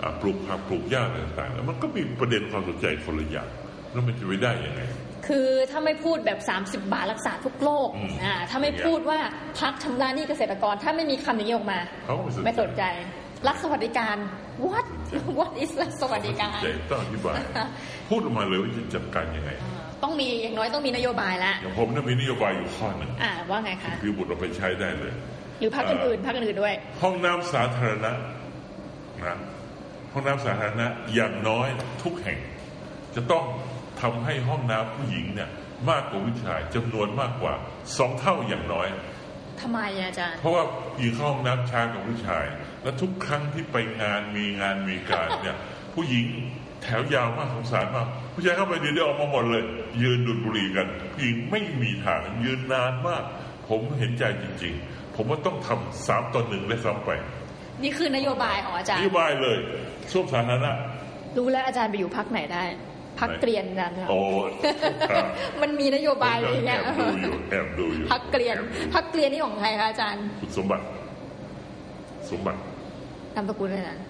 อ่ะปลูกผักปลูกหญ้าอะไรต่างๆแล้วมันก็มีประเด็นความสนใจคนละอย่างแล้วมันจะไปได้ยังไง
คือถ้าไม่พูดแบบ 30 บาทรักษาทุกโรค
อืม
อ่าถ้าไม่พูดว่าพักชำระหนี้เกษตรกร ถ้าไม่มีคำอย่างนี้ออกมา
เขาก็
ไม่สนใจ รักสวัสดิการ what what is รักสวัสดิการ
ใจต้องอธิบาย พูดออกมาเลยว่าจะจัดการยังไง
ต้องมีอย่างน้อยต้องมีนโยบายละ
อย่างผมเนี่ยมีนโยบายอยู่ข้อหนึ่ง
อ่าว่าไงคะ
คือบุตรเอาไปใช้ได้เลย
หรือพัก
เอ่ออื่
อื่นๆพักอื่นๆด้วย
ห้องน้ำสาธารณะนะห้องน้ำสาธารณะอย่างน้อยทุกแห่ง จะต้องทำให้ห้องน้ำผู้หญิงเนี่ยมากกว่าผู้ชายจำนวนมากกว่าสองเท่าอย่างน้อย
ทำไมอาจารย์
เพราะว่าผู้หญิงเข้าห้องน้ำช้ากว่าผู้ชาย และทุกครั้งที่ไปงานมีงานมีการเนี่ย ผู้หญิงแถวยาวมากสงสารมากผู้ชายเข้าไปเดียวได้ออกมาหมดเลย ยืนดูดบุหรี่กันผู้หญิงไม่มีทางยืนนานมาก ผมเห็นใจจริง ๆ ผมว่าต้องทำสามต่อหนึ่งเลยซ้ำไป
นี่คือนโยบายของอาจาร
น
ย์
โยบายเลยส้วมสาธารณะ
รู้แล้วอาจารย์ไปอยู่พักไหนได้ พัก
ไหน
เกรียนอาจารย์
โอ้ครับ
มันมีนโยบาย
แอ
อย่างเงี้ย
บดูอยู่แอบดูอยู่
พักเกรียน พักเกรียนนี่ของใครคะอาจารย์
คุณสมบัติ สมบัติ
นามสกุลอะไรนะ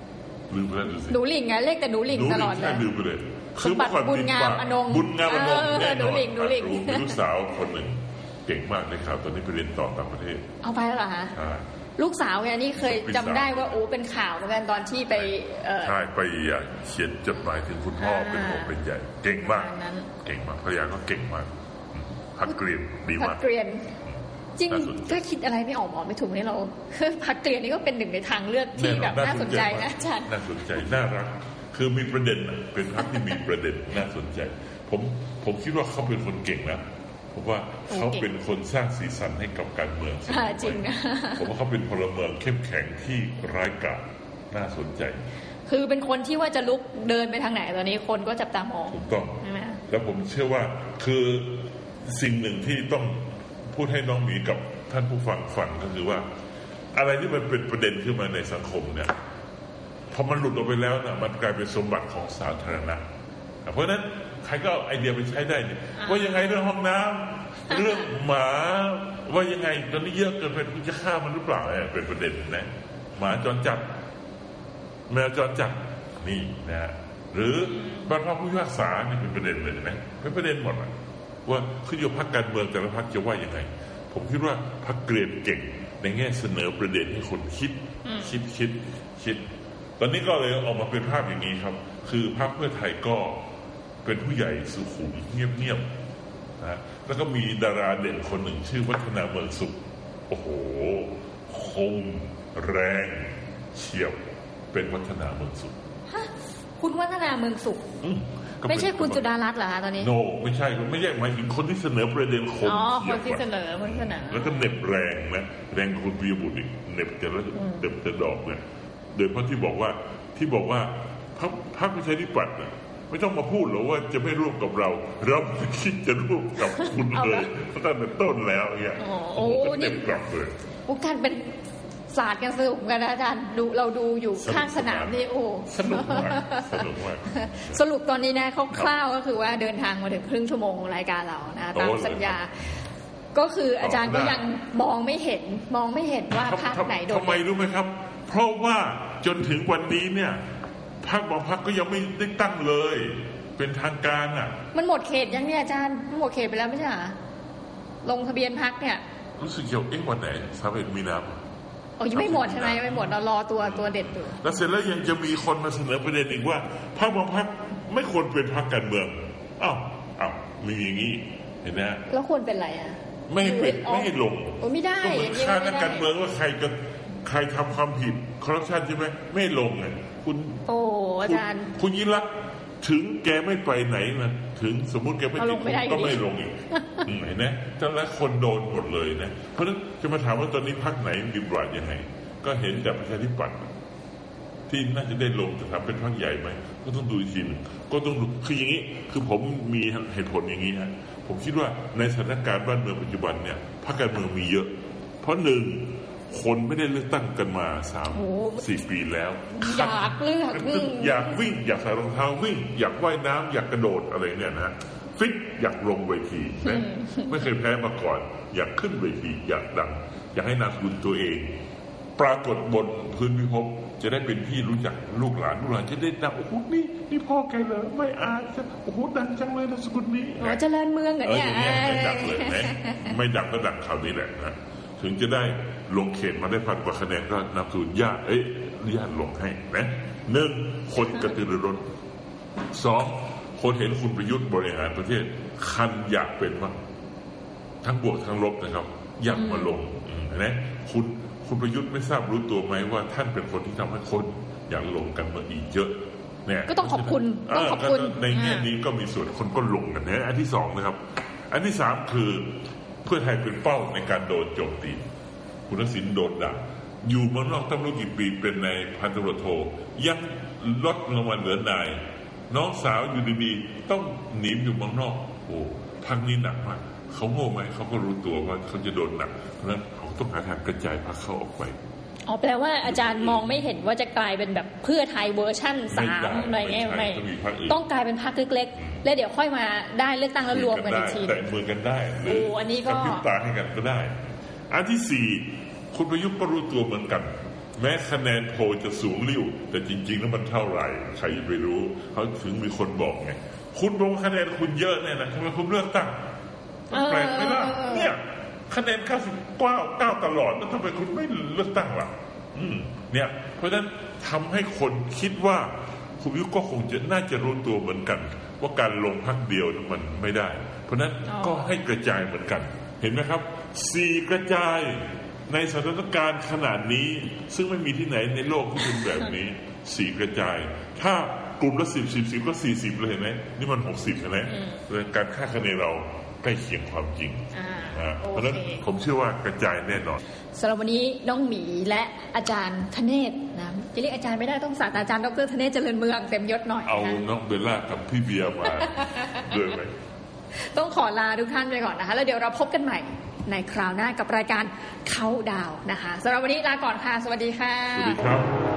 ลืมไปแล้วดูสิ
หนูหลิงไงเรียกแต่หนูหลิงตลอด
ห
เล
นูหแค่
ย
ลืมไปเลย
สมบัติ
เมื่ก่
บุญงาม
ติดปก
อนง
บุญงามอนง
เออ
แน่น
หนู
อน
หลิงหนูหลิง
รู้มีลูกสาวคนหนึ่งเก่งมากเลยครับ ตอนนี้ไปเรียนต่อต่างประเทศ
เอาไปแล้วเหรอคะ
ใช่
ลูกสาวไงนี่เคย
ลูก
จำ
สาว
ได้ว่าโอ้เป็นข่าวเหมือนกันตอนที่ไปเอ่อ
ใช่ไปเขียนจดหมายถึงคุณพ่อ
อ่า
เป็นห่วงเป็นใหญ่เก่งมาก
ประมาณนั้น
เก่งมากภรรยาก็เก่งมากอืมหักเกรียนดี
พั
มาก ก
เกรียน จริง
น่าสนใจ
ก็คิดอะไรไม่ออกหมอไม่ถูกนี่เรา คือพักเกรียนนี่ก็เป็นหนึ่งในทางเลือกที่แบบน่าสนใจนะอาจารย์
น่าสนใจน่ารัก คือมีประเด็นอะเป็นพ รรคที่มีประเด็น น่าสนใจ ผมผมคิดว่าเขาเป็นคนเก่งนะผมว่าเขาเป็นคนสร้างสีสันให้กับการเมืองสมัย
อ่าจริงนะ
ผมว่าเขาเป็นพลเมืองเข้มแข็งที่ร้ายกาจน่าสนใจ
คือเป็นคนที่ว่าจะลุกเดินไปทางไหนตอนนี้คนก็จับตามอง
ถูกต้อง
ใช่ไหม
แล้วผมเชื่อว่าคือสิ่งหนึ่งที่ต้องพูดให้น้องหมีกับท่านผู้ฟังฟังก็คือว่า อะไรที่มันเป็นประเด็นขึ้นมาในสังคมเนี่ยพอมันหลุดออกไปแล้วนะมันกลายเป็นสมบัติของสาธารณะอ่ะเพราะฉะนั้นใครก็เอาไอเดียไปใช้ได้เนี่ยว่ายังไงเรื่องห้องน้ำเรื่องหมาว่ายังไงตอนนี้เยอะเกินไปคุณจะฆ่ามันหรือเปล่าเนี่ยเป็นประเด็นนะหมาจรจัด แมวจรจัดนี่นะฮะหรือบรรพผู้พิพากษานี่เป็นประเด็นเลยนะเป็นประเด็นหมดอะว่าขึ้นอยู่พักการเมืองแต่ละพักจะว่ายังไง ผมคิดว่าพักเกรียนเก่ง ในแง่เสนอประเด็นให้คนคิด คิดคิดคิด ตอนนี้ก็เลยออกมาเป็นภาพอย่างนี้ครับ คือพรรคเพื่อไทยก็เป็นผู้ใหญ่สุขุมเงียบๆนะฮะแล้วก็มีดาราเด่นคนหนึ่งชื่อวัฒนาเมืองสุข โอ้โห คม แรง เฉียบ เป็นวัฒนาเมืองสุข
คุณวัฒนาเมืองสุข
อืก็เป็น
ไม่ใช่คุณจุดารัตน์เหรอคะตอนนี้
โนไม่ใช่ไม่ใช่หมายถึงคนที่เสนอประเด็นคม
อ๋อ
ฉียบ
คนที่เสนอคนที่เสนอ
แล้วก็เหน็บแรงนะแรงกว่าคุณปิยบุตรอีกเหน็บแต่ละเหน็บแต่ดอกเนี่ยโดยเพราะที่บอกว่าที่บอกว่าพรรคพรรคประชาธิปัตย์น่ะไม่ต้องมาพูดหรอกว่าจะไม่ร่วมกับเราเราคิดจะร่วมกับคุณ
เอา
เล
ละ
ยตั้งแต่ต้นแล้วเนี่ย
อ๋อโอ้
ก็เต็มกลับเลย
โอ้การเป็นศาสตร์กันสนุกเหมือนกันนะอาจารย์ดูเราดูอยู่
สนุก
ข้างสนาม
สนาน
นี่โอ้
สนุกมากสนุกมาก
สรุปตอนนี้นะคร่าวๆก็คือว่าเดินทางมาถึงครึ่งชั่วโมงของรายการเรานะตาม
โอ้เลย
สัญญา ก็คืออาจารย์
ขอบ
ก็
คุณมาก
ยังมองไม่เห็นมองไม่เห็นว่าภาคไหนโดด
ทำไม
เด่น
รู้ไหมครับ เพราะว่าจนถึงวันนี้เนี่ยพรรคบางพรรคก็ยังไม่ได้ตั้งเลย เป็นทางการอ่ะ
มันหมดเขตยังเนี่ยอาจารย์มันหมดเขตไปแล้วไม่ใช่เหรอลงทะเบียนพักเนี่ย
รู้สึกเกี่ยวเอ๊ะวันไหนสามเอ็ดมีนาคม
โอ้ยงไม่หมดใช่ไหมยังไม่หมดเรารอตัวตัวเด็ดอยู่
แล้วเสร็จแล้วยังจะมีคนมาเสนอประเด็นอีกว่าพรรคบางพรรคไม่ควรเป็นพรรคการเมืองอ้าวอ้าวมีอย่างนี้เห็นไหมฮะ
แล้วควรเป็นอะไรอ่ะ
ไม่ให้เป็น
คือ
ไม่ให้ลง
โอ้ยไม่ได้
ก็เหมือนฆ่านักการเมืองว่าใครก็ใครทำความผิดคอร์รัปชันใช่ไหมไม่ลงไงคุณ
โอ้อาจารย์
คุณคุณยิ่งรักษณ์ ถึงแกไม่ไปไหนนะถึงสมมติแกไม่
เอา
ติ
ล
ด
ง
คุ
ไม่
ก
ได้อยู่
ก็
ดี
ไม่ลงอีกอืมเห็นไหมเจ้าละคนโดนหมดเลยนะเพราะฉะนั้นจะมาถามว่าตอนนี้พักไหนดีบราดยังไงก็เห็นแต่ประชาธิปัตย์ที่น่าจะได้ลงแต่ถามเป็นพักใหญ่ไหมก็ต้องดูอีกทีหนึงก็ต้องดูคืออย่างนี้คือผมมีเหตุผลอย่างนี้ฮะผมคิดว่าในสถานการณ์บ้านเมืองปัจจุบันเนี่ยพรรคการเมืองมีเยอะ เพราะหนึ่งคนไม่ได้เลือกตั้งกันมาสาม
โอ้
สี่ปีแล้ว
อยากเลือกอืม
อยากวิ่งอยากใส่รองเท้าวิ่ง อยากว่ายน้ำอยากกระโดดอะไรเนี่ยนะฟิตอยากลงเวทีนะไม่เคยแพ้มาก่อน อยากขึ้นเวทีอยากดัง อยากให้นามสกุลตัวเอง ปรากฏบนพื้นพิภพจะได้เป็นที่รู้จักลูกหลานลูกหลานจะได้ดังโอ้โหนี่นี่พ่อแกเหรอไม่อายจะโอ้โหดังจังเลยนามสกุลนี้
อ๋อเจริญเมืองเหรอ
เออ
เนี่ย
อย่างเงี้ยไม่ดักเลยนะไม่ดักก็ดักคราวนี้แหละนะถึงจะได้ลงเขตมาได้พันกว่าคะแนนก็นำสูนญาติเอ้ยญาติลงให้นะหนึ่งคนกระตือรือร้นสองคนเห็นคุณประยุทธ์บริหารประเทศ คันอยากเป็นบ้างทั้งบวกทั้งลบนะครับ อยากมาลงอืมนะคุณคุณประยุทธ์ไม่ทราบรู้ตัวไหมว่า ท่านเป็นคนที่ทำให้คนอยากลงกันมาอีกเยอะเนี่ย
ก็ต้องขอบคุณต้องขอบคุณ
เก็ในแง่นี้ก็มีส่วนคนก็ลงกันนะอันที่สองนะครับ อันที่สามคือเพื่อไทยเป็นเป้าในการโดนโจมตี คุณทักษิณโดนด่าอยู่เมืองนอกตั้งรู้กี่ปีเป็นในายพันตำรวจโทยังลดลงมาเหลือนาย น้องสาวอยู่ดีๆต้องหนีอยู่เมืองนอก โอ้พังนี้หนักมากเขาโง่ไหมเขาก็รู้ตัวว่าเขาจะโดนหนักเพราะฉะนั้นเขาต้องหาทางกระจายพรรคเขาออกไป
อ๋อแปลว่าอาจารย์มองไม่เห็นว่าจะกลายเป็นแบบเพื่อไทยเวอร์ชั่นสาม
ไม่
อะไร
ได้
เงี้ย
ไม่
ไม่
ใช่ต้องมีพรรคอื่น
ต้องกลายเป็นพรรคเล็กๆ แล้วเดี๋ยวค่อยมาได้เลือกตั้งแล้วรวมกันอีกที
แต่มือกันได้หรื
โอ้อันนี้ก็
ระพริบตาให้กันก็ได้ อันที่สี่คุณประยุทธ์ก็รู้ตัวเหมือนกัน แม้คะแนนโพลจะสูงริ้ว แต่จริง ๆ แล้วมันเท่าไหร่ ใครจะไปรู้เขาถึงมีคนบอกไง คุณลงคะแนนคุณเยอะเนี่ยนะทำไมคุณเลือกตั้งมันแปลกไหมล่ะเนี่ย คะแนน99 9ตลอดแล้วทำไมคุณไม่เลือกตั้งล่ะอืมเนี่ย เพราะฉะนั้นทำให้คนคิดว่าคุณยุทธก็คงจะน่าจะรู้ตัวเหมือนกัน ว่าการลงพักเดียวนั้นมันไม่ได้ เพราะฉะนั้น
อ๋อ
ก็ให้กระจายเหมือนกัน เห็นไหมครับสี่กระจายในสถานการณ์ขนาดนี้ ซึ่งไม่มีที่ไหนในโลกที่เป็นแบบนี้สี่กระจาย ถ้ากลุ่มละสิบสิบสิบก็สี่สิบเลยเห็นไหมนี่มันหกสิบเห็นไหมการค่าดคะแนนเราใกล้เคียงความจริง
อ่า
นะ
โอ
เพราะฉะนั้น
เค
ผมเชื่อว่ากระจายแน่นอน
สำหรับวันนี้น้องหมีและอาจารย์ธเนศนะจะเรียกอาจารย์ไม่ได้ต้องศาสตราจารย์ดรธเนศเจริญเมืองเต็มยศหน่อย
เอา
นะ
น้องเบลล่ากับพี่เบียร์มา ด้วยไหม
ต้องขอลาทุกท่านไปก่อนนะคะ แล้วเดี๋ยวเราพบกันใหม่ในคราวหน้ากับรายการเขาดาวนะคะสำหรับวันนี้ลาก่อนค่ะ สวัสดีค่ะ
สวัสดีครับ